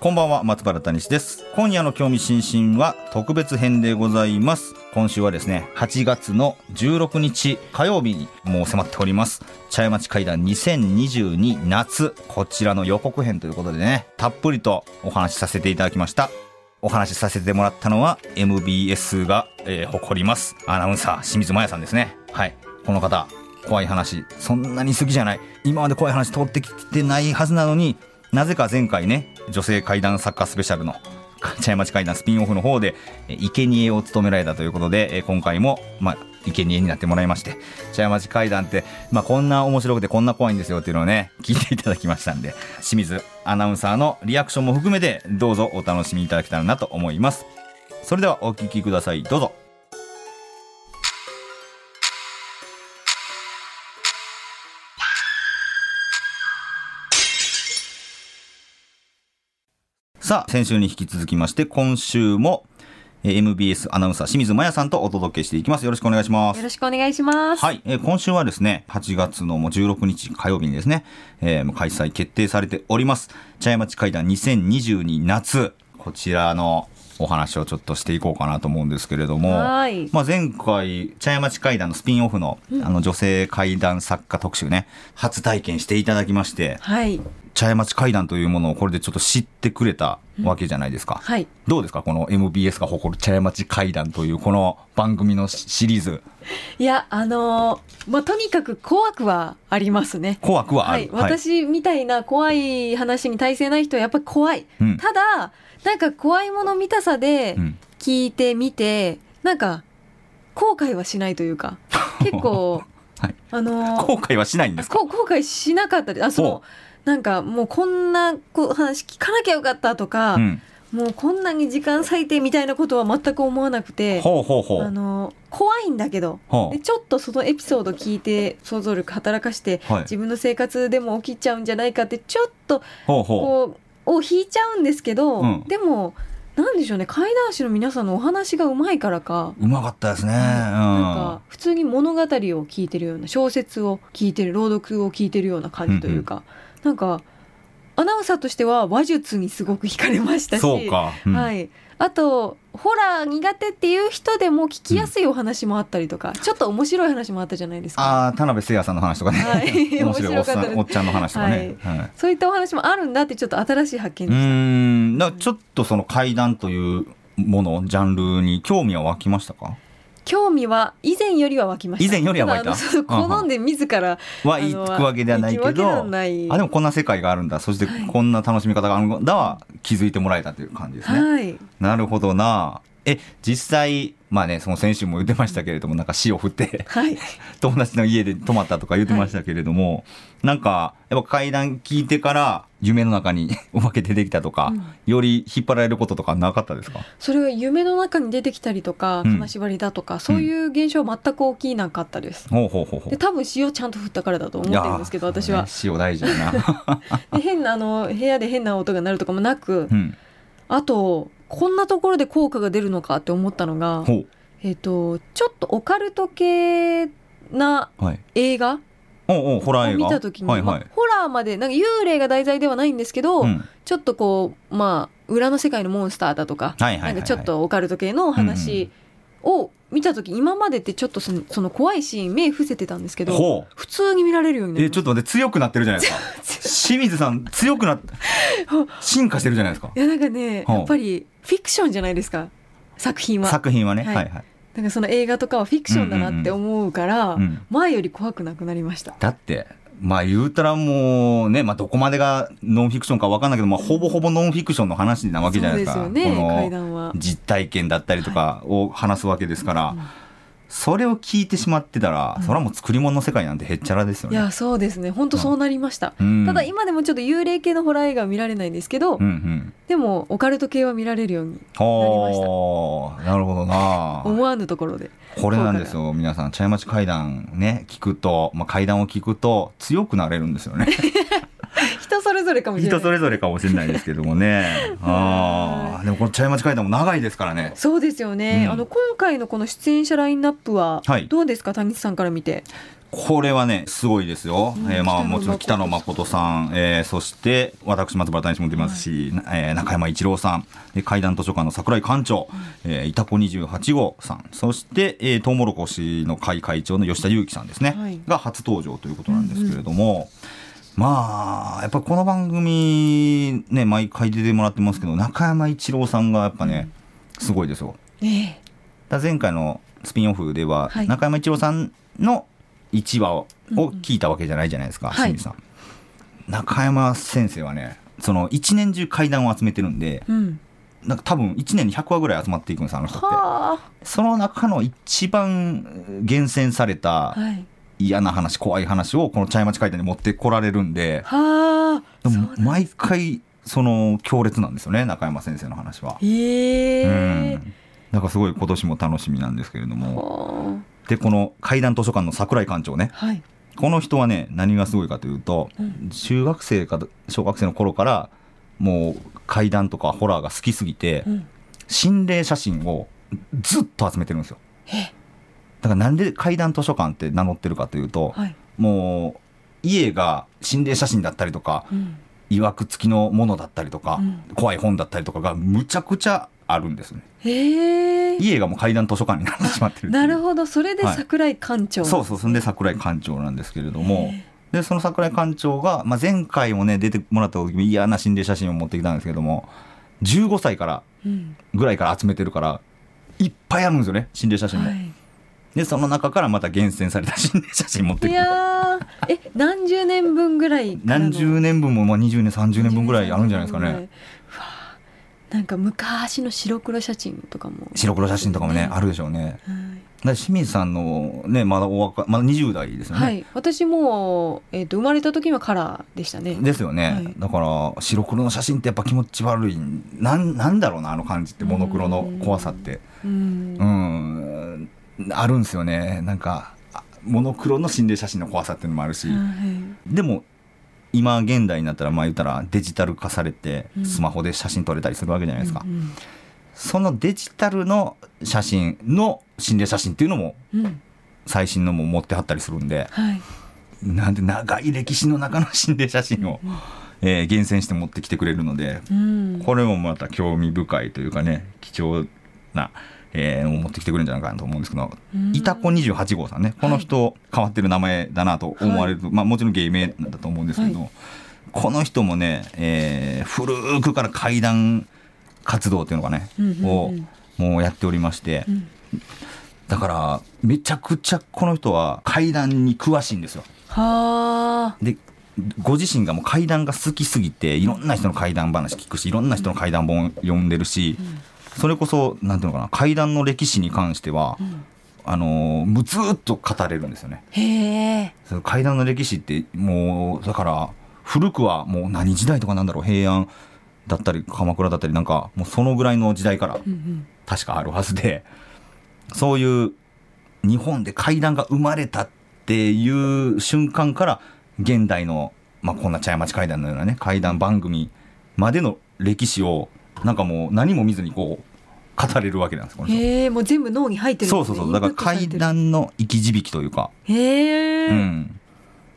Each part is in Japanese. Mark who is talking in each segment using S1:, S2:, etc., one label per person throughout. S1: こんばんは、松原谷史です。今夜の興味津々は特別編でございます。今週はですね、8月の16日火曜日にもう迫っております。茶屋町会談2022夏、こちらの予告編ということでね、たっぷりとお話しさせていただきました。お話しさせてもらったのは MBS が、えー誇ります。アナウンサー、清水麻也さんですね。はい。この方、怖い話、そんなに好きじゃない。今まで怖い話通ってきてないはずなのに、なぜか前回ね、女性怪談作家スペシャルの、 茶屋町怪談スピンオフの方で、えー生贄を務められたということで、えー今回も、まあ、生贄になってもらいまして、茶屋町怪談って、まあ、こんな面白くてこんな怖いんですよっていうのをね、聞いていただきましたんで、清水アナウンサーのリアクションも含めて、どうぞお楽しみいただけたらなと思います。それではお聞きください。どうぞ。さあ、先週に引き続きまして、今週も、えー MBS アナウンサー清水麻也さんとお届けしていきます。よろしくお願いします
S2: よ。ろしくお願いします。
S1: はい、えー今週はですね、8月のもう16日火曜日にですね、えーもう開催決定されております、茶屋町会談2022夏、こちらのお話をちょっとしていこうかなと思うんですけれども、
S2: はい
S1: まあ、前回、茶屋町会談のスピンオフの、あの女性会談作家特集ね、初体験していただきまして、
S2: はい。
S1: 茶屋町会談というものをこれでちょっと知ってくれたわけじゃないですか。
S2: はい。
S1: どうですかこの MBS が誇る茶屋町会談というこの番組のシリーズ。
S2: いや、あのーまあ、とにかく怖くはありますね。
S1: 怖くはあ
S2: は
S1: る
S2: い。。私みたいな怖い話に耐性ない人はやっぱり怖い。
S1: うん
S2: ただ、なんか怖いもの見たさで
S1: うん
S2: 聞いてみて、なんか後悔はしないという か、結構、
S1: はい
S2: あのー
S1: 後悔はしないんですか
S2: こう後悔しなかったです。あ、そ
S1: ほ
S2: の、なんかもうこんなこう話聞かなきゃよかったとか、
S1: うん、
S2: もうこんなに時間割いてみたいなことは全く思わなくて、
S1: ほうほうほ
S2: あ
S1: う。
S2: の怖いんだけど
S1: ほ
S2: でちょっとそのエピソード聞いて想像力働かして
S1: うはい、
S2: 自分の生活でも起きちゃうんじゃないかってちょっと
S1: ほうほ
S2: こうを引いちゃうんですけど、
S1: うん
S2: でもなんでしょうね怪談師の皆さんのお話がうまいからか。
S1: う。うまかったですね。
S2: なんか普通に物語を聞いてるような小説を聞いてる朗読を聞いてるような感じというか、なんかアナウンサーとしては話術にすごく惹かれまし
S1: う
S2: た
S1: ん、
S2: し
S1: そうか。うん
S2: はい、あとホラー苦手っていう人でも聞きやすいお話もあったりとか、ちょっと面白い話もあったじゃないですか
S1: ああ、田辺聖也さんの話とかね。
S2: はい
S1: 面白いおっ
S2: 面白か
S1: さ
S2: ったで
S1: ん、
S2: す
S1: おっちゃんの話とかね。はい
S2: そういったお話もあるんだってちょっと新しい発見
S1: う
S2: でし
S1: ーん、だからちょっとその怪談というもの、ジャンルに興味は湧きましたか
S2: た興味は以前よりは湧きました
S1: 以前よりは湧いた
S2: だあのそう
S1: うんうん
S2: 好んで自ら
S1: は
S2: あの
S1: いくわけではないけ
S2: 行くわけで
S1: ど
S2: はない
S1: あでもこんな世界があるんだそして
S2: はい
S1: こんな楽しみ方があるんだは気づいてもらえたという感じですね。
S2: はい
S1: なるほどなえ実際まあねその先週も言ってましたけれどもなんか死を振って
S2: はい
S1: 友達の家で泊まったとか言ってましたけれども、なんかやっぱ階段聞いてから夢の中に お化け出てきたとか、
S2: うん
S1: より引っ張られることとかなかったですか
S2: それは夢の中に出てきたりとか
S1: うん
S2: 金縛りだとか、そういう現象は全く起きなかったです
S1: ほうほうほうほう
S2: で多分塩ちゃんと振ったからだと思ってるんですけど
S1: いやー
S2: 私は、
S1: そうね、死を大事だ な、
S2: で変なあの部屋で変な音が鳴るとかもなく、
S1: うん、
S2: あとこんなところで効果が出るのかって思ったのが
S1: ほ、
S2: えっとちょっとオカルト系な
S1: うはい
S2: 映画を
S1: おうおうホラー映画
S2: 見た時に、
S1: はいはい
S2: まあ、ホラーまでなんか幽霊が題材ではないんですけど、
S1: うん
S2: ちょっとこうまあ裏の世界のモンスターだとか、
S1: はいはいはいはい
S2: なんかちょっとオカルト系のお話を見た時、今までってちょっとそのその怖いシーン目伏せてたんですけど
S1: ほう
S2: 普通に見られるようになり
S1: え
S2: ま
S1: ちょっ
S2: し
S1: と待って強くなってるじゃないですか 清水さん強くなって進化してるじゃないですか
S2: たいやなんかね
S1: ほう
S2: やっぱりフィクションじゃないですか作品は
S1: 作品はねは
S2: はいい
S1: はい、
S2: なんかその映画とかはフィクションだなって思うから、
S1: うん、
S2: 前より怖くなくなりました。
S1: だってまあ言うたらもうね、まあ、どこまでがノンフィクションか分かんないけど、まあ、ほぼほぼノンフィクションの話なわけじゃないですか
S2: そうですよね、
S1: こ
S2: 階
S1: の
S2: 段は。
S1: 実体験だったりとかを話すわけですから、
S2: うん
S1: それを聞いてしまってたら、
S2: うん
S1: それはもう作り物の世界なんてへっちゃらですよ
S2: い
S1: ね。
S2: やそうですね本当そうなりました、
S1: うん
S2: ただ今でもちょっと幽霊系のホラー映画は見られないんですけど、
S1: うんうん。
S2: でもオカルト系は見られるように
S1: はあ、なるほどな。
S2: 思わぬところで
S1: これなんですよ皆さん茶屋町階段ね聞くと、まあ、階段を聞くと強くなれるんですよね
S2: 人それぞれかもしれな
S1: 人
S2: い
S1: それぞれかもしれないですけども ねあーでもこの茶屋町階段も長いですからね
S2: そうですよね、
S1: うん
S2: あの今回のこの出演者ラインナップは
S1: はい
S2: どうですか、谷口さんから見て
S1: これはねすごいですよ、
S2: うん
S1: えーまあ
S2: 北野
S1: もちろん北野誠
S2: 誠
S1: さん、えーそして私松原谷氏も出ますし、えー中山一郎さんで階段図書館の桜井館長、えー、いたこ28号さんそして、えー、トウモロコシの会会長の吉田裕樹さんですね、
S2: はい
S1: が初登場ということなんですけれども、まあやっぱりこの番組ね毎回出てもらってますけど中山一郎さんがやっぱね、すごいですよ。
S2: ね
S1: だから前回のスピンオフでは、
S2: はい
S1: 中山一郎さんの1話を
S2: うんうん
S1: 聞いたわけじゃないじゃないですか、
S2: はい
S1: 清水さん、中山先生はねその一年中怪談を集めてるんで
S2: えうん
S1: なんか多分1年に100話ぐらい集まっていくんですあの人って
S2: はあ
S1: その中の一番厳選された
S2: はい
S1: 嫌な話怖い話をこの茶屋町怪談に持ってこられるんで
S2: はあ
S1: で
S2: そう
S1: も
S2: なん
S1: 毎回その強烈なんですよね中山先生の話は。う
S2: へえ
S1: んなんかすごい今年も楽しみなんですけれども。
S2: は
S1: でこの階段図書館の桜井館長ね
S2: あはい
S1: この人はね何がすごいかというと、
S2: うん
S1: 中学生か小学生の頃からもう階段とかホラーが好きすぎて、
S2: うん
S1: 心霊写真をずっと集めてるんですよ
S2: え
S1: だからなんで階段図書館って名乗ってるかというと、
S2: はい
S1: もう家が心霊写真だったりとか
S2: うん
S1: いわくつきのものだったりとか、
S2: うん
S1: 怖い本だったりとかがむちゃくちゃあるんですよね
S2: へえ
S1: 家がもう階段図書館になってしまってるっていう
S2: なるほどそれで
S1: はい
S2: 桜井館長、
S1: そうそうそんで桜井館長なんですけれども、
S2: へ
S1: でその桜井館長が、まあ、前回もね出てもらった時も嫌な心霊写真を持ってきたんですけども15歳から
S2: えうん
S1: ぐらいから集めてるからいっぱいあるんですよね心霊写真も、
S2: はい
S1: でその中からまた厳選された心霊写真持って
S2: い
S1: くる
S2: やーえ何十年分ぐらいからの
S1: 何十年分も、まあ、20年30年分ぐらいあるんじゃないですかね
S2: うわあなんか昔の白黒写真とかも
S1: 白黒写真とかもねあるでしょうね
S2: はい
S1: だから清水さんのねまだお若まだ20代ですよね、
S2: はい、私も、えっと生まれた時にはカラーでしたね
S1: ですよね、
S2: はい
S1: だから白黒の写真ってやっぱ気持ち悪いなんなんだろうなあの感じってモノクロの怖さって
S2: うん
S1: う、んあるんですよねなんかあモノクロの心霊写真の怖さっていうのもあるし、
S2: は
S1: でも今現代になったらまあ言ったらデジタル化されて
S2: うん
S1: スマホで写真撮れたりするわけじゃない
S2: い
S1: ですか、
S2: うん
S1: そのデジタルの写真の心霊写真っていうのも
S2: うんうん
S1: 最新のも持ってはったりするんで
S2: はい
S1: なんで長い歴史の中の心霊写真を、えー厳選して持ってきてくれるので
S2: うん
S1: これもまた興味深いというかね貴重な、えーを持ってきてくれるんじゃないかなと思うんですけど
S2: うん
S1: イタコ28号さんねこの人、変わってる名前だなと思われる、まあ、もちろん芸名なんだと思うんですけど、
S2: は
S1: この人もね、えー古くから怪談活動っていうのがね、
S2: うんうんうん
S1: をもうやっておりまして、
S2: うん
S1: だからめちゃくちゃこの人は怪談に詳しいんですよ。
S2: はあ
S1: でご自身がもう怪談が好きすぎていろんな人の怪談話聞くしいろんな人の怪談本読んでるし、それこそなんていうのかな怪談の歴史に関しては、あのーむずーっと語れるんですよね。
S2: へえ
S1: その怪談の歴史ってもうだから古くはもう何時代とかなんだろう平安だったり鎌倉だったりなんかもうそのぐらいの時代から
S2: うん
S1: 確かあるはずでそういう日本で怪談が生まれたっていう瞬間から現代の、まあ、こんな茶屋町怪談のようなね怪談番組までの歴史をなんかもう何も見ずにこう語れるわけなんですこ
S2: う
S1: の
S2: ん
S1: 人
S2: へえもう全部脳に入ってるん
S1: そ
S2: で
S1: う
S2: す
S1: そ
S2: ね
S1: うそうだから
S2: イ
S1: 怪
S2: ンプットされてる
S1: 談の生き字引きというか、
S2: へえ
S1: うん、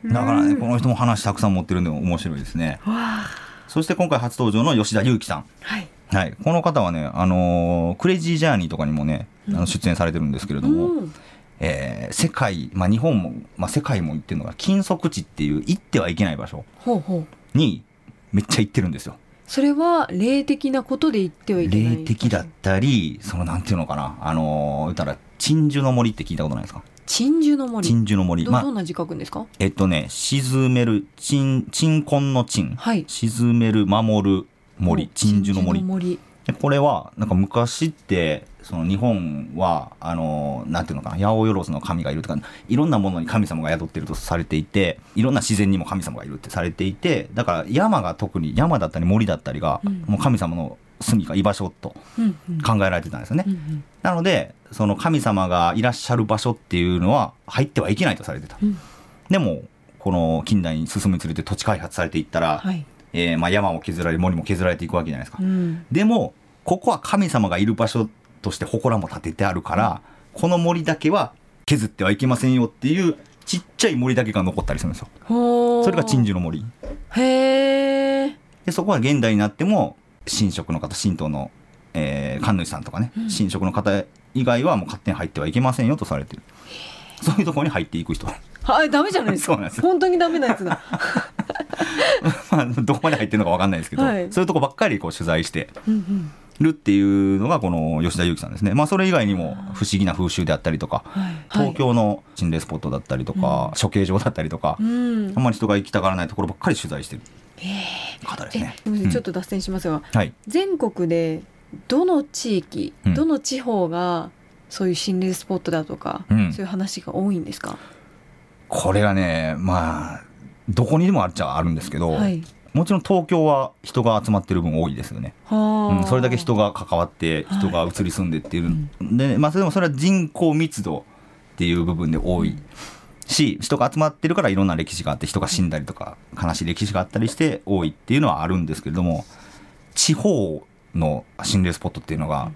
S1: だからねこ
S2: わ
S1: の人も話たくさん持ってるんで面白いですね
S2: あ
S1: そして今回初登場の吉田裕樹さん
S2: はい
S1: はい、この方はね、あのークレイジージャーニーとかにもね、あの出演されてるんですけれども、
S2: うん
S1: えー世界、まあ、日本も、まあ、世界も行ってるのが、禁足地っていう行ってはいけない場所
S2: ほうほう
S1: にめっちゃ行ってるんですよ。
S2: それは霊的なことで言ってはいけない
S1: 霊的だったり、そのなんていうのかな、あのー言ったら、鎮守の森って聞いたことないですか
S2: 珍珠の森
S1: 鎮守の森。
S2: ど
S1: ま
S2: ど
S1: あ、
S2: んな字書くんですか
S1: えっとね、沈める、鎮、鎮魂の鎮。
S2: はい
S1: 沈める、守る、
S2: う
S1: 森。
S2: ん
S1: 鎮守の森。
S2: 鎮守の森
S1: でこれはなんか昔ってその日本はあのなんていうのかな八百万の神がいるとかいろんなものに神様が宿っているとされていていろんな自然にも神様がいるってされていてだから山が特に山だったり森だったりが、
S2: うん
S1: もう神様の住みか居場所と
S2: うんうん
S1: 考えられてたんですよね、
S2: うんうん
S1: なのでその神様がいらっしゃる場所っていうのは入ってはいけないとされてた、
S2: うん
S1: でもこの近代に進むにつれて土地開発されていったら、
S2: はい
S1: えーまあ、山も削られ森も削られていくわけじゃないですか、
S2: うん
S1: でもここは神様がいる場所として祠も建ててあるからこの森だけは削ってはいけませんよっていうちっちゃい森だけが残ったりするんですよ
S2: ほー
S1: それが鎮守の森
S2: へえ
S1: でそこは現代になっても神職の方神道の、えー神主さんとかね、
S2: うん
S1: 神職の方以外はもう勝手に入ってはいけませんよとされてるそういうところに入っていく人
S2: はいダメじゃないです
S1: そうなん
S2: か
S1: ですよ
S2: 本当にダメなや つだ
S1: まあどこまで入ってるのか分かんないですけど、
S2: はい
S1: そういうとこばっかりこう取材して
S2: うんうん
S1: るっていうのがこの吉田裕樹さんですね、まあ、それ以外にも不思議な風習であったりとか
S2: はいはい
S1: 東京の心霊スポットだったりとか、
S2: うん
S1: 処刑場だったりとか、
S2: うん
S1: あんまり人が行きたがらないところばっかり取材してる方です
S2: え
S1: ね。
S2: ごめんな
S1: う
S2: さい
S1: ん
S2: ちょっと脱線しますが
S1: はい、
S2: 全国でどの地域、
S1: うん
S2: どの地方がそういう心霊スポットだとか、
S1: うん
S2: そういう話が多いんですか、
S1: これがねまあどこにでもあるっちゃあるんですけど、
S2: はい
S1: もちろん東京は人が集まってる分多いですよね、
S2: は
S1: う
S2: あ
S1: ん、それだけ人が関わって人が移り住んでっていう、で、まあ、それでもそれは人口密度っていう部分で多いし人が集まってるからいろんな歴史があって人が死んだりとか悲しい歴史があったりして多いっていうのはあるんですけれども地方の心霊スポットっていうのが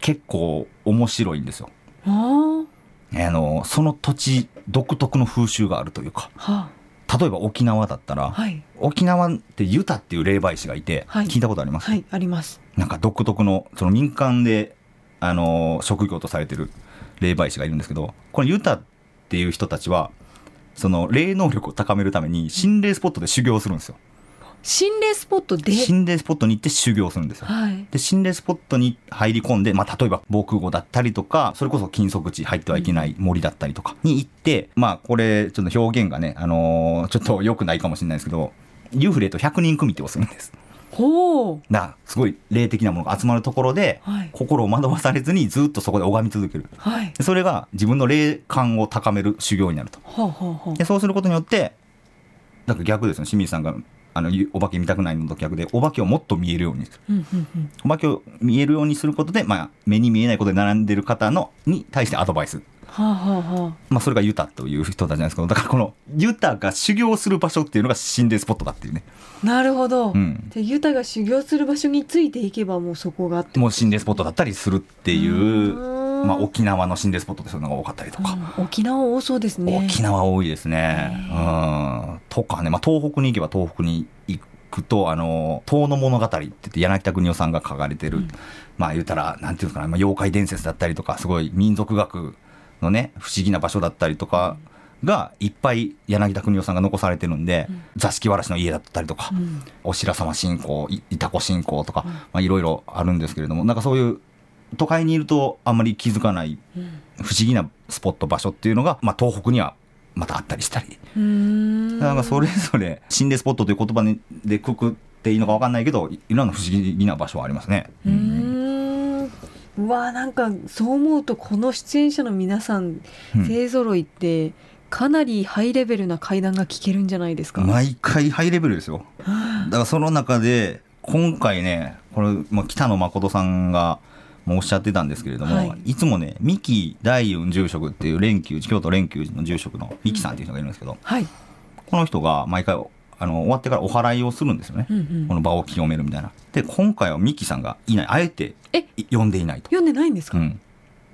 S1: 結構面白いんですよ。
S2: は
S1: あのその土地独特の風習があるというか
S2: あは
S1: 例えば沖縄だった
S2: あ
S1: ら
S2: はい
S1: 沖縄ってユタっていう霊媒師がいて
S2: はい
S1: 聞いたことあります、
S2: はいあります
S1: なんか独特のその民間で、あの職業とされてる霊媒師がいるんですけどこのユタっていう人たちはその霊能力を高めるために心霊スポットで修行するんですよ
S2: 心霊スポットで
S1: 心霊スポットに行って修行するんですよ
S2: はい
S1: で心霊スポットに入り込んで、まあ、例えば防空壕だったりとかそれこそ禁足地入ってはいけない森だったりとかに行って、まあこれちょっと表現がね、あのーちょっと良くないかもしれないですけど幽霊と100人組手をするんです
S2: ほう
S1: だからすごい霊的なものが集まるところで
S2: はい
S1: 心を惑わされずにずっとそこで拝み続ける
S2: はい
S1: でそれが自分の霊感を高める修行になると
S2: はあはあは
S1: でそうすることによってだから逆ですよ清水さんがあのゆお化け見たくないのと逆でお化けをもっと見えるようにする
S2: あうんうんうん
S1: お化けを見えるようにすることで、まあ、目に見えないことで並んでる方のに対してアドバイス、
S2: はあはあは
S1: まあ、それがユタという人たちなんですけどだからこのユタが修行する場所っていうのが心霊スポットだっていうね、
S2: あなるほど、
S1: うん、
S2: でユタが修行する場所についていけばもうそこがって
S1: もう心霊スポットだったりするっていう、
S2: うん
S1: まあ、沖縄の心霊スポットってそういうのが多かったりとか。
S2: うん沖縄多そうですね
S1: 沖縄多いですね。うん。とかね、まあ、東北に行けば東北に行くと、あの、遠の物語って言って柳田国男さんが書かれてる、
S2: うん
S1: まあ言うたら、なんていうんですかね、まあ、妖怪伝説だったりとか、すごい民族学のね、不思議な場所だったりとか、がいっぱい柳田国男さんが残されてるんで、
S2: うん
S1: 座敷わらしの家だったりとか、
S2: うん
S1: お白様信仰いいたこ信仰とか、
S2: うん
S1: まあ、いろいろあるんですけれどもなんかそういう都会にいるとあんまり気づかない
S2: うん
S1: 不思議なスポット場所っていうのが、まあ、東北にはまたあったりしたり、
S2: うーん
S1: なんかそれぞれ心霊スポットという言葉にでくくっていいのかわかんないけどいいろんな不思議な場所はありますね。
S2: うーんうわーなんかそう思うとこの出演者の皆さん
S1: うん
S2: 勢ぞろいってかなりハイレベルな会談が聞けるんじゃないですか。
S1: 毎回ハイレベルですよ
S2: は
S1: だからその中で今回ねこれ、まあ、北野誠さんがもうおっしゃってたんですけれども、、
S2: はい
S1: つもね三木大雲住職っていう連休寺京都連休寺の住職の三木さんっていう人がいるんですけど、
S2: い、
S1: この人が毎回あの終わってからお祓いをするんですよね、
S2: うんうん
S1: この場を清めるみたいなで今回はミキさんがいないあえて
S2: え
S1: い呼んでいないと、
S2: 読んでないんです
S1: う
S2: か。
S1: ん、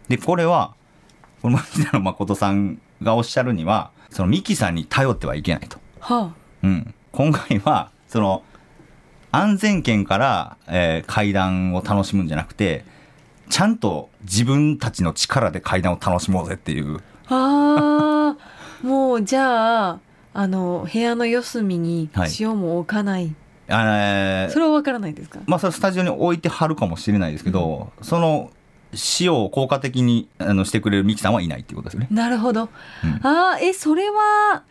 S1: でこれはこの牧野誠さんがおっしゃるにはそのミキさんに頼ってはいけないと、
S2: は
S1: うん、今回はその安全圏から、えー階段を楽しむんじゃなくてちゃんと自分たちの力で階段を楽しもうぜっていう
S2: あ、あーもうじゃああの部屋の四隅に
S1: はい
S2: 塩も置かない。
S1: あのー
S2: それはわからないですか。
S1: まあ、それスタジオに置いてはるかもしれないですけど、その使用を効果的にあのしてくれるミキさんはいないっていうことですよね。
S2: なるほど。
S1: うん
S2: ああえそれは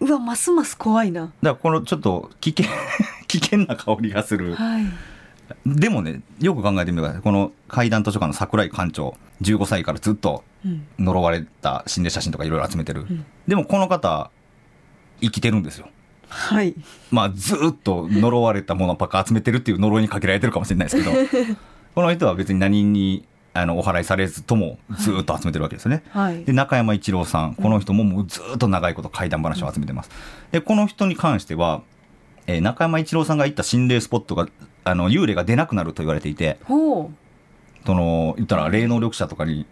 S2: うわますます怖いな。
S1: だからこのちょっと危険危険な香りがする、
S2: はい。
S1: えでもね、よく考えてみてください。この怪談図書館の桜井館長、15歳からずっと
S2: うん
S1: 呪われた心霊写真とかいろいろ集めてる、
S2: ん
S1: でもこの方生きてるんですよ
S2: はい
S1: まあずーっと呪われたものばっか集めてるっていう呪いにかけられてるかもしれないですけどこの人は別に何にあのお祓いされずともずーっと集めてるわけですよね、
S2: はい
S1: で中山一郎さんこの人ももうずーっと長いこと怪談話を集めてますでこの人に関しては、えー中山一郎さんが行った心霊スポットがあの幽霊が出なくなると言われていて
S2: ほ
S1: その言ったら霊能力者とかに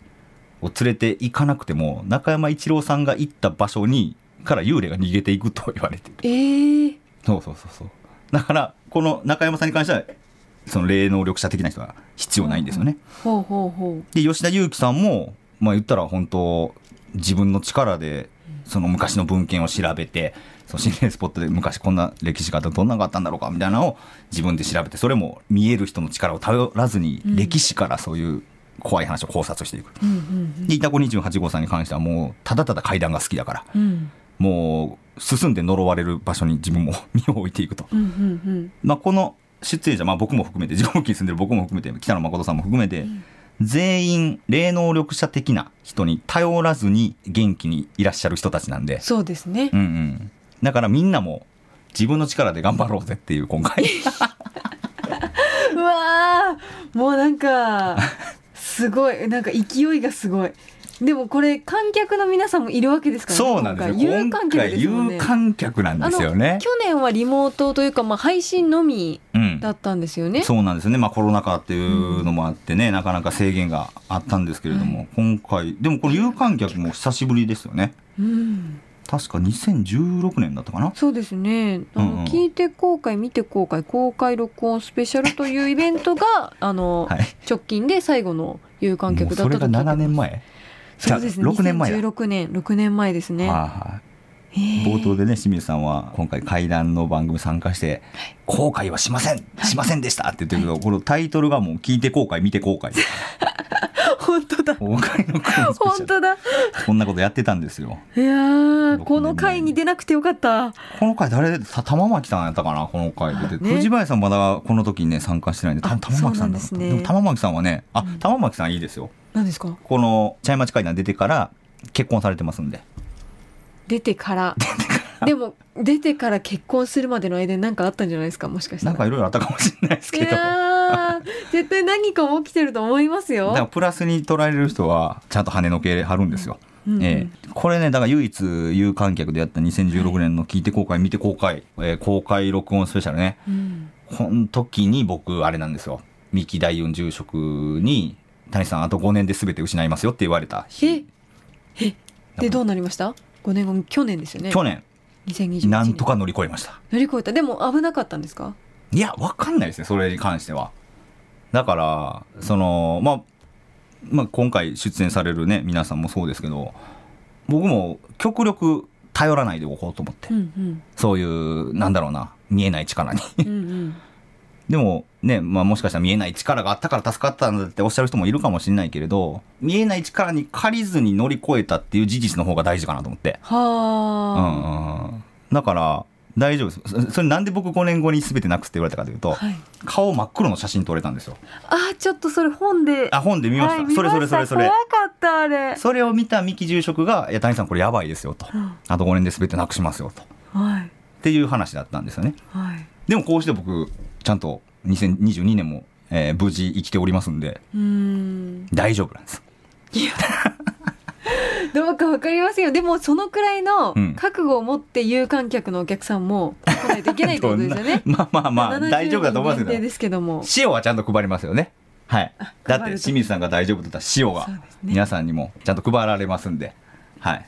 S1: を連れて行かなくても中山一郎さんが行った場所にから幽霊が逃げていくと言われている
S2: うええ
S1: そうそうそうそうだからこの中山さんに関してはその霊能力者的な人は必要ないんですよね、
S2: ほうほうほう
S1: で吉田裕樹さんもまあ言ったら本当自分の力でその昔の文献を調べてその心霊スポットで昔こんな歴史があったどんなのがあったんだろうかみたいなのを自分で調べてそれも見える人の力を頼らずに
S2: うん
S1: 歴史からそういう怖い話を考察していく、
S2: うんうん
S1: でイタコ28号さんに関してはもうただただ階段が好きだから
S2: うんうん
S1: もう進んで呪われる場所に自分も 身を置いていくと、
S2: うんうん
S1: まあ、この出演者、まあ、僕も含めて自分近に住んでる僕も含めて北野誠さんも含めて、
S2: ん
S1: 全員霊能力者的な人に頼らずに元気にいらっしゃる人たちなんで、
S2: そうですね
S1: うんうん、だからみんなも自分の力で頑張ろうぜっていう今回
S2: うわーもうなんかすごいなんか勢いがすごいでもこれ観客の皆さんもいるわけですからね
S1: そうなんですよ
S2: 今回有観客ですも
S1: 今
S2: ん
S1: 回有
S2: ね
S1: 観客なんですよね
S2: 去。年はリモートというか、まあ、配信のみ
S1: うん
S2: だったんですよね。
S1: そうなんですよね、まあ、コロナ禍っていうのもあってね、なかなか制限があったんですけれども、今回でもこの有観客も久しぶりですよね
S2: うん、
S1: 確か2016年だったかな
S2: そうですね。あの、
S1: うんうん
S2: 聞いて公開、見て公開、公開録音スペシャルというイベントが、あの、
S1: はい
S2: 直近で最後の有観
S1: も
S2: 客
S1: う
S2: だ
S1: そ
S2: っ
S1: れ
S2: たと
S1: が7年前
S2: そうですね。
S1: じゃあ6年前だ
S2: 2016年、六年前ですね。
S1: は
S2: へ
S1: い
S2: ー
S1: 冒頭でね清水さんは今回怪談の番組参加して「後悔はしませんしませんでした」って言ってるけど、このタイトルがもう「聞いて後悔見て後悔」
S2: 本当だ。
S1: 後悔のクイズスペシ
S2: 本
S1: ャル
S2: 当だ。
S1: こんなことやってたんですよ6
S2: いや
S1: 年
S2: ー、
S1: 前
S2: この回に出なくてよかった。
S1: この回誰た玉巻さんやったかなこの回で、
S2: ね
S1: 藤林さんまだこの時にね参加してないんでた
S2: あ
S1: 玉巻さんだった
S2: そうなんですね
S1: でも玉巻さんはねあ、
S2: うん
S1: 玉巻さんいいですよ
S2: 何ですか。
S1: この茶屋町会談出てから結婚されてますんで
S2: 出てから。でも、出てから結婚するまでの間に、何かあったんじゃないですか。もしかした
S1: な
S2: ら。
S1: んかいろいろあったかもしれないです
S2: い
S1: けど
S2: やー絶対何か起きてると思います
S1: だから
S2: よ。
S1: プラスに捉える人はちゃんと羽の毛張るんですよ、
S2: うん
S1: ええこれねだから唯一有観客でやった2016年の聞いて公開見て公開、えー公開録音スペシャルね
S2: うん
S1: この時に僕あれなんですよ三木大雲住職に「谷さんあと5年で全て失いますよ」って言われた
S2: え
S1: 日
S2: えでどうなりました？5年後去年ですよね。
S1: 去年
S2: 2021年。
S1: なんとか乗り越えました
S2: 乗り越えた。でも危なかったんですか？
S1: いやわかんないですねそれに関してはだからそのまあまあ今回出演されるね皆さんもそうですけど僕も極力頼らないでおこうと思って、
S2: うん
S1: そういうなんだろうな見えない力に
S2: うん。うんうん。
S1: でもね、まあ、もしかしたら見えない力があったから助かったんだっておっしゃる人もいるかもしれないけれど見えない力に借りずに乗り越えたっていう事実の方が大事かなと思ってうんう
S2: は
S1: ん
S2: あ。
S1: うんだから大丈夫ですそそれなんで僕5年後に全てなくすって言われたかというと、
S2: はい。
S1: 顔真っ黒の写真撮れたんですよ
S2: あーちょっとそれ本で。
S1: あ本で見ました,、
S2: はい見
S1: それそれそれそれ
S2: 怖かったあれ。
S1: それを見た三木住職が「いや谷さんこれやばいですよ」と
S2: うん
S1: 「あと5年で全てなくしますよ」とっ
S2: はい
S1: ていう話だったんですよね
S2: はい。
S1: でもこうして僕ちゃんと2022年も、えー無事生きておりますんで
S2: うーん。
S1: 大丈夫なんです
S2: どうかわかりませんよ。でもそのくらいの
S1: うん。
S2: 覚悟を持って有観客のお客さんも来ないといけないってことですよね
S1: まあまあまあ
S2: 70
S1: 大丈夫だと思います
S2: 人
S1: け
S2: 限定
S1: ど
S2: ですけども。
S1: 塩はちゃんと配りますよねはいだ
S2: 配ると
S1: って清水さんが大丈夫だったら塩が
S2: そうですね
S1: 皆さんにもちゃんと配られますんではい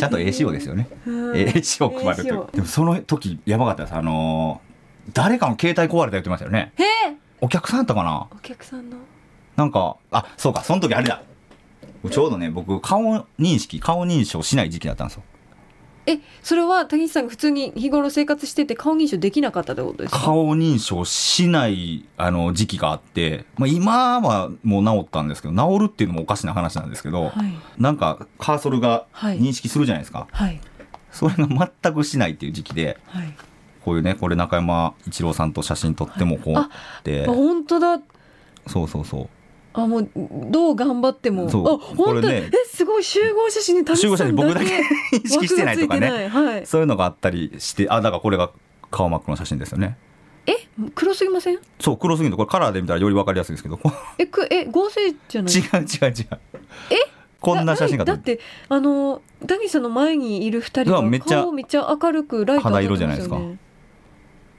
S1: ちゃんとええ塩ですよね
S2: うん
S1: ええ塩を配るという
S2: ええ
S1: でもその時やばかったですあのー誰かの携帯壊れた言ってましたよね
S2: 塩えー
S1: お客さんだったかな
S2: お客さんの。
S1: なんかあそうかその時あれだちょうどね僕顔認識顔認証しない時期だったんですよ
S2: え、それは谷口さんが普通に日頃生活してて顔認証できなかったってことですか。
S1: 顔認証しないあの時期があって、まあ、今はもう治ったんですけど治るっていうのもおかしな話なんですけど、
S2: はい。
S1: なんかカーソルが
S2: はい
S1: 認識するじゃないですか、
S2: はい。
S1: それが全くしないっていう時期で
S2: はい。
S1: こういうねこれ中山一郎さんと写真撮ってもこう
S2: あ
S1: で
S2: あ本当だ
S1: そうそうそう
S2: あもうどう頑張ってもあ
S1: そうこ
S2: 本
S1: れ
S2: 当、
S1: ね
S2: えすごい集合写真に田
S1: 集合
S2: 口
S1: 写
S2: さ
S1: 真
S2: ん
S1: 僕
S2: だ
S1: だけ
S2: け
S1: 意識してないとかね
S2: 枠がついてないはい
S1: そういうのがあったりしてあだからこれが顔真っ黒の写真ですよね
S2: え黒すぎません
S1: そう黒すぎるとこれカラーで見たらより分かりやすいんですけどこう
S2: えくえ合成じゃない
S1: 違う違う違うこんな写真が
S2: だだってあのダニさんの前にいる二人
S1: うわ
S2: が
S1: めっちゃ
S2: 顔めっちゃ明るくライト
S1: 肌色じゃないですか
S2: 当たってますよね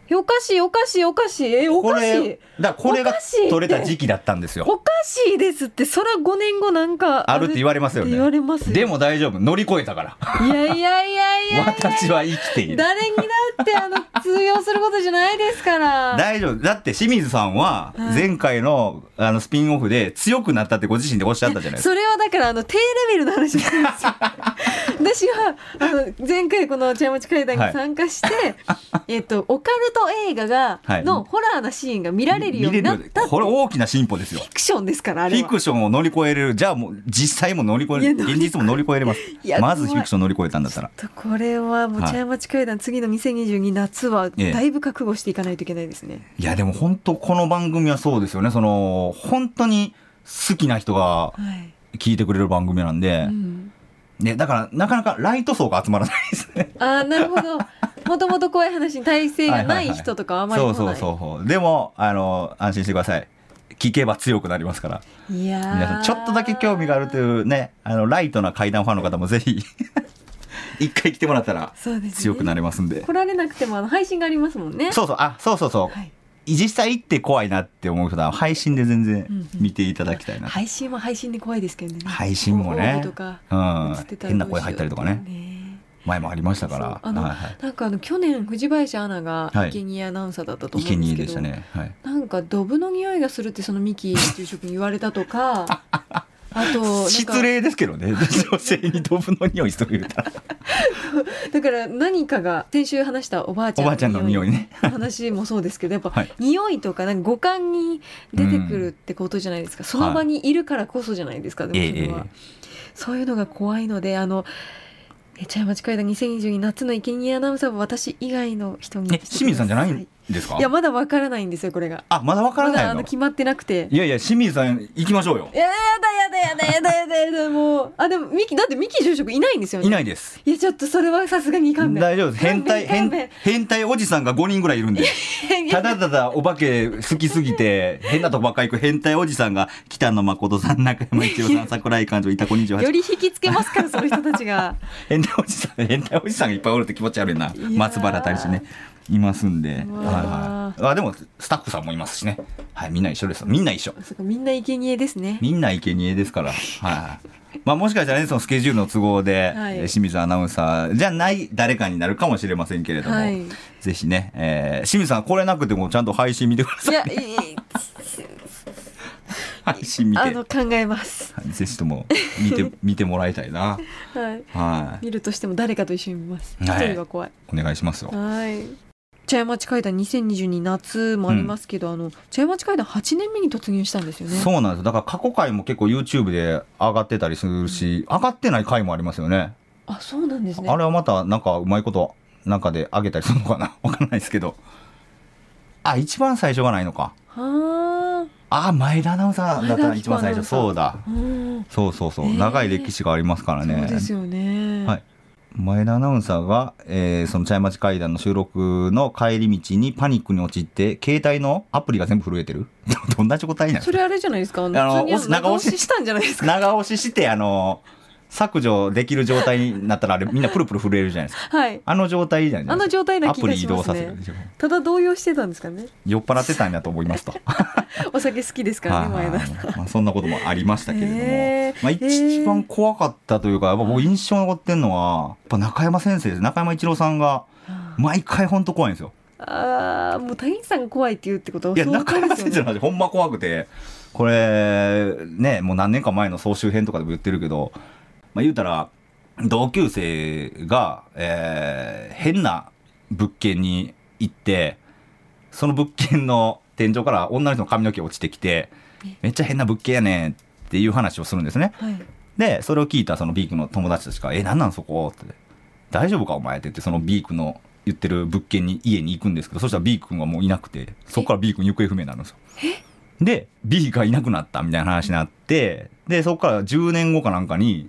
S2: えおかしいおかしいおかしいえお
S1: こ
S2: かしい
S1: れだからこれ
S2: お
S1: が
S2: かしいって
S1: 撮れた時期だったんですよ
S2: おかしいですってそら5年後なんか
S1: あるって言われますよね
S2: 言われますよ
S1: でも大丈夫乗り越えたから
S2: いやいやいや いや
S1: 私は生きている
S2: 誰にだってあの通用することじゃないですから
S1: 大丈夫だって清水さんは
S2: はい
S1: 前回のあのスピンオフで強くなったってご自身でおっしゃったじゃないですか
S2: それはだからあの低レベルの話なんですよ 私はあの前回この茶屋町会談に参加して、えっとオカルト映画が
S1: はい
S2: のホラーなシーンが見られるようになっ
S1: 見れる
S2: た
S1: よう
S2: フ
S1: これ大きな進歩ですよ
S2: ィクションですからあ
S1: フ
S2: れ
S1: ィ
S2: は
S1: クションを乗り越えれるじゃあもう実際も乗り越えれる
S2: いや乗り
S1: 現実も乗り越えれます
S2: いや
S1: まずフ
S2: 怖い
S1: ィクション乗り越えたんだったら
S2: ちょっとこれはもう
S1: はい
S2: 茶屋町会談次の2022夏は
S1: ええ
S2: だいぶ覚悟していかないといけないですね、
S1: いやでも本当この番組はそうですよねその本当に好きな人が
S2: はい
S1: 聞いてくれる番組なんで
S2: う、ん、
S1: ね、だからなかなかライト層が集まらないですね
S2: あーなるほどもともとこういう話に耐性がない人とかは あまり来
S1: そ
S2: な
S1: う
S2: い,、
S1: そうそうでもあの安心してください聞けば強くなりますから
S2: いやー
S1: 皆さんちょっとだけ興味があるというねあのライトな怪談ファンの方もぜひ 一回来てもらったら
S2: そうです、ね、
S1: 強くなれますんで
S2: 来られなくてもあの配信がありますもんね
S1: そうそうあそうそうそう、
S2: はい
S1: 実際行って怖いなって思う人は配信で全然見ていただきたいな、
S2: 配信は配信で怖いですけどね
S1: 配信もね
S2: 広報とか映って
S1: う
S2: た
S1: ん、
S2: らどう
S1: 変な声
S2: しよう
S1: 入ったりとかね前もありましたから
S2: そうあの
S1: はいはい、
S2: なんかあの去年藤林アナが
S1: はい
S2: 生贄アナウンサーだったと思
S1: 生
S2: うんです
S1: 贄
S2: け
S1: で
S2: ど、
S1: したね、はい、
S2: なんかドブの匂いがするってそのミキ住職に言われた とかあとなんか
S1: 失礼ですけど ね女性にドブの匂いすると言うたら
S2: だから何かが先週話したおばあち
S1: おばあち
S2: ゃ
S1: ゃ
S2: ん
S1: んの匂いね
S2: の 話もそうですけどやっぱ、
S1: はい
S2: 匂いとかなんか五感に出てくるってことじゃないですか、その場にいるからこそじゃないですか、でもそれは、
S1: ええ
S2: そういうのが怖いのであのえ茶屋町会談2022夏の生贄アナウンサーは私以外の人に
S1: え清水さんじゃない
S2: い
S1: んですか
S2: やまだわからないんですよこれが
S1: あまだわから
S2: まだ
S1: な
S2: あ
S1: い
S2: の
S1: の
S2: 決まってなくて
S1: いやいや清水さん行きましょうよ
S2: いややだやだやだやだやだやだもうあでもミキだってミキ住職いないんですよね
S1: いないです
S2: いやちょっとそれはさすがにいかんべ
S1: 大丈夫です変態
S2: 勘
S1: 変
S2: 弁
S1: 変態おじさんが5人ぐらいいるんで
S2: 勘弁
S1: ただただお化け好きすぎて変なとこばっか行く変態おじさんが北野誠さん中山一郎さん桜井館長いたこ
S2: よ
S1: 28
S2: り引きつけますからその人たち が
S1: 変態おじさん変 態おじさんがいっぱいおるって気持ち悪いない
S2: やー
S1: 松原大使ねいますんで、はいう
S2: わー
S1: はい、あでもスタッフさんもいますしね、はい、みんな一緒ですみんな一緒
S2: そうかみんな生贄ですね
S1: みんな生贄ですから、はいまあ、もしかしたらねそのスケジュールの都合で、
S2: はい
S1: えー清水アナウンサーじゃない誰かになるかもしれませんけれども、
S2: はい
S1: ぜひね、えー清水さんこれなくてもちゃんと配信見てくだ
S2: い
S1: さい
S2: やいいい
S1: 配信見て
S2: あの考えます
S1: はいぜひとも見て 見てもらいたいな
S2: はい
S1: はい
S2: 見るとしても誰かと一緒に見ます一、
S1: はい
S2: 人は怖い
S1: お願いしますよ
S2: はい茶屋町会談2022夏もありますけど、あの茶屋町会談8年目に突入したんですよね
S1: そうなんですよだから過去回も結構 YouTube で上がってたりするし上がってない回もありますよね
S2: あそうなんですね
S1: あれはまたなんかうまいことなんかで上げたりするのかな わかんないですけどあ一番最初がないのか
S2: は
S1: あ前田アナウンサーだったら一番最初
S2: 前田
S1: そ
S2: 明
S1: うだ
S2: あうん
S1: そうそうそう、
S2: えー
S1: 長い歴史がありますから
S2: そう
S1: ね
S2: ですよね、
S1: はい前田アナウンサーが、えーその茶屋町会談の収録の帰り道にパニックに陥って携帯のアプリが全部震えてる どんな状態なん
S2: それあれじゃないですかあの
S1: あの
S2: 普通にあの
S1: 押す長押
S2: 長押
S1: し
S2: ししたんじゃないですか
S1: 長押ししてあの削除できる状態になったらあれみんなプルプル震えるじゃないですか
S2: はい
S1: あの状態じゃない
S2: あの
S1: ですか
S2: 状態な
S1: ア
S2: 気
S1: プ
S2: が
S1: リ
S2: し
S1: 移
S2: ま
S1: 動
S2: す
S1: させる
S2: ねただ動揺してたんですかね
S1: 酔っ払ってたんだと思います と
S2: お酒好きですからね前田さん
S1: はいまあ、そんなこともありましたけれども、
S2: へー
S1: まあ、
S2: へー
S1: 一番怖かったというかやっぱ僕印象に残ってるのはやっぱ中山先生です中山一郎さんが毎回本当怖いんですよ
S2: あーもう谷口さんが怖いって言うってことはい
S1: や
S2: 相当
S1: 中
S2: で
S1: 山
S2: す
S1: 先生
S2: よ
S1: の話
S2: ね
S1: ほんま怖くてこれねもう何年か前の総集編とかでも言ってるけど、まあ、言うたら同級生が、えー変な物件に行ってその物件の天井から女の人の髪の毛落ちてきて
S2: え
S1: めっちゃ変な物件やねんっていう話をするんですね。
S2: はい
S1: でそれを聞いたそのビークの友達たちが「え何なんそこ?」って「大丈夫かお前」って言ってそのビークの言ってる物件に家に行くんですけどそしたら B 君はもういなくてそこから B 君行方不明になるんですよ。で B がいなくなったみたいな話になってでそこから10年後かなんかに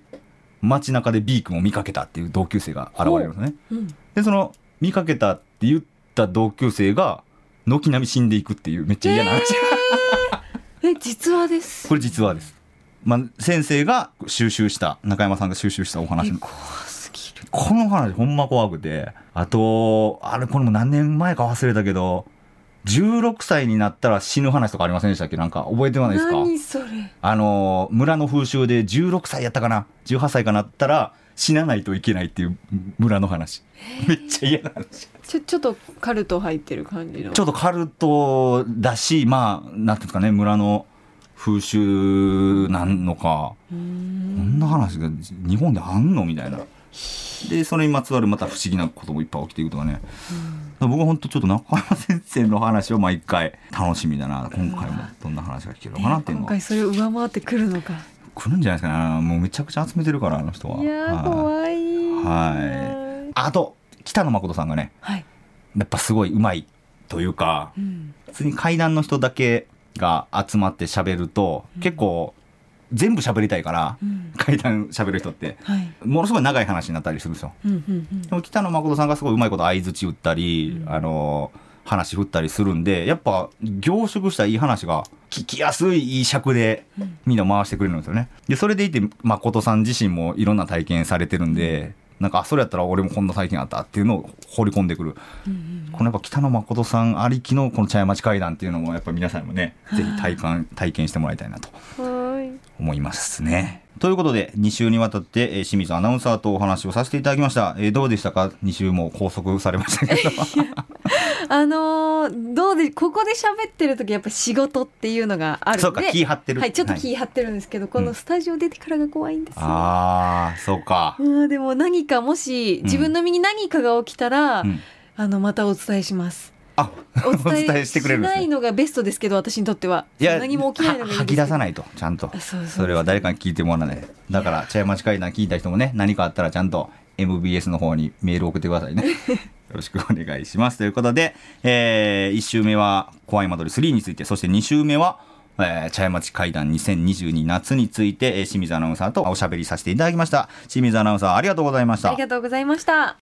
S1: 街中で B 君を見かけたっていう同級生が現れるんですね。
S2: うん
S1: でその見かけたって言った同級生が軒並み死んでいくっていうめっちゃ嫌な話、
S2: え実話です
S1: これ実はです、まあ、先生が収集した中山さんが収集したお話
S2: え
S1: の
S2: 怖すぎる
S1: この話ほんま怖くてあとあれこれも何年前か忘れたけど16歳になったら死ぬ話とかありませんでしたっけなんか覚えてないですか
S2: 何それ
S1: あのー村の風習で16歳やったかな18歳かなったら死なないといけないっていう村の話めっちゃ嫌な話
S2: ちょちょっとカルト入ってる感じの
S1: ちょっとカルトだし、まあ、なんていうんですかね、村の風習なんのか、こ
S2: うーん
S1: んな話が日本であんのみたいな。で、それにまつわるまた不思議なこともいっぱい起きていくとかね。だから僕は本当ちょっと中山先生の話を毎回楽しみだな。今回もどんな話が聞けるのかなっていう
S2: 今
S1: のは
S2: 回。それを上回ってくるのか
S1: 来るんじゃないですかね。もうめちゃくちゃ集めてるから、あの人は。
S2: いやー
S1: はい
S2: 怖い
S1: はいあと、北野誠さんがね、
S2: はい、
S1: やっぱすごいうまいというか、
S2: うん、
S1: 普通に階段の人だけが集まって喋ると、結構全部喋りたいから、
S2: うん
S1: 階段喋る人って
S2: はい
S1: ものすごい長い話になったりするんですよ
S2: うんうんうん
S1: でも北野誠さんがすごいうまいこと相づち打ったり、あの話振ったりするんでやっぱ凝縮したいい話が聞きやすいいい尺でみんな回してくれるんですよねでそれでいて誠さん自身もいろんな体験されてるんでなんかあそれやったら俺もこんな体験あったっていうのを放り込んでくるこのやっぱ北野誠さんありきのこの茶屋町会談っていうのもやっぱ皆さんにもねぜひ体感体験してもらいたいなと
S2: はい
S1: 思いますね。ということで2週にわたってえー清水アナウンサーとお話をさせていただきました、えーどうでしたか2週も拘束されましたけど
S2: あのーどうでここで喋ってる時やっぱ仕事っていうの があるんで
S1: そうか気張ってる
S2: はいちょっと気張ってるんですけど、このスタジオ出てからが怖いんですよ、
S1: ああそうか、
S2: うんでも何かもし自分の身に何かが起きたら、
S1: うん、
S2: あのまたお伝えします
S1: あ
S2: お
S1: お伝
S2: 伝
S1: え
S2: え
S1: して
S2: し
S1: くれるんですね
S2: ないのがベストですけど私にとってはい
S1: や
S2: 何も起きないのがいいんです
S1: 吐
S2: けど
S1: き出さないとちゃんと
S2: あそうそう
S1: それは誰かに聞いてもらわないだから茶屋町会談聞いた人もね何かあったらちゃんと MBS の方にメール送ってくだ さいねよろしくお願いしますということで、え1週目は「怖い間取り3」についてそして2週目は「えー茶屋町会談2022夏」について、えー清水アナウンサーとおしゃべりさせていただきました清水アナウンサーありがとうございました
S2: ありがとうございました。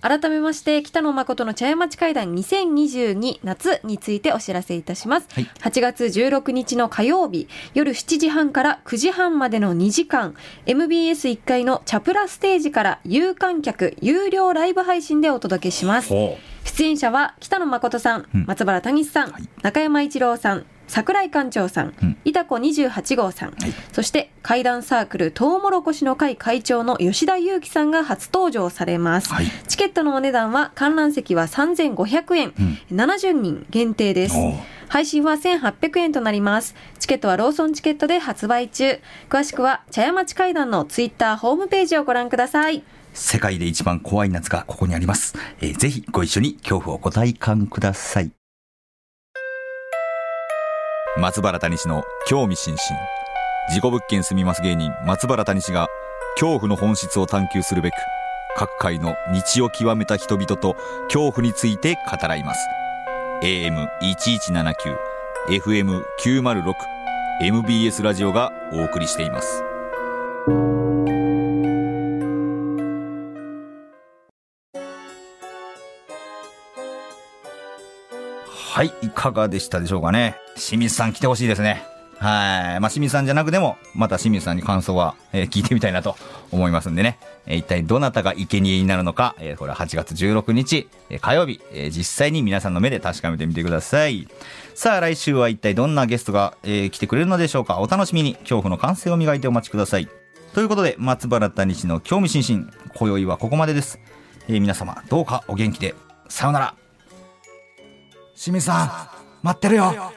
S2: 改めまして北野誠の茶屋町会談2022夏についてお知らせいたします、
S1: はい
S2: 8月16日の火曜日夜7時半から9時半までの2時間 MBS1 階のチャプラステージから有観客有料ライブ配信でお届けします
S1: ほ
S2: 出演者は北野誠さん、
S1: うん
S2: 松原谷さん、
S1: はい
S2: 中山一郎さん桜井館長さん、
S1: うん
S2: いたこ28号さん、
S1: はい
S2: そして怪談サークルとうもろこしの会会長の吉田裕樹さんが初登場されます、
S1: はい
S2: チケットのお値段は観覧席は3500円、70人限定です
S1: おう
S2: 配信は1800円となりますチケットはローソンチケットで発売中詳しくは茶屋町会談のツイッターホームページをご覧ください
S1: 世界で一番怖い夏がここにあります、えーぜひご一緒に恐怖をご体感ください松原谷氏の興味津々事故物件住みます芸人松原谷氏が恐怖の本質を探求するべく各界の道を極めた人々と恐怖について語らいます AM1179 FM906 MBS ラジオがお送りしていますはい、いかがでしたでしょうかね。清水さん来てほしいですね。はい。まあ、清水さんじゃなくても、また清水さんに感想は、えー聞いてみたいなと思いますんでね。えー一体どなたが生贄になるのか、えーこれは8月16日、えー火曜日、えー実際に皆さんの目で確かめてみてください。さあ、来週は一体どんなゲストが、えー来てくれるのでしょうか。お楽しみに、恐怖の完成を磨いてお待ちください。ということで、松原谷氏の興味津々、今宵はここまでです。えー皆様、どうかお元気で。さようなら。清水さん待ってるよ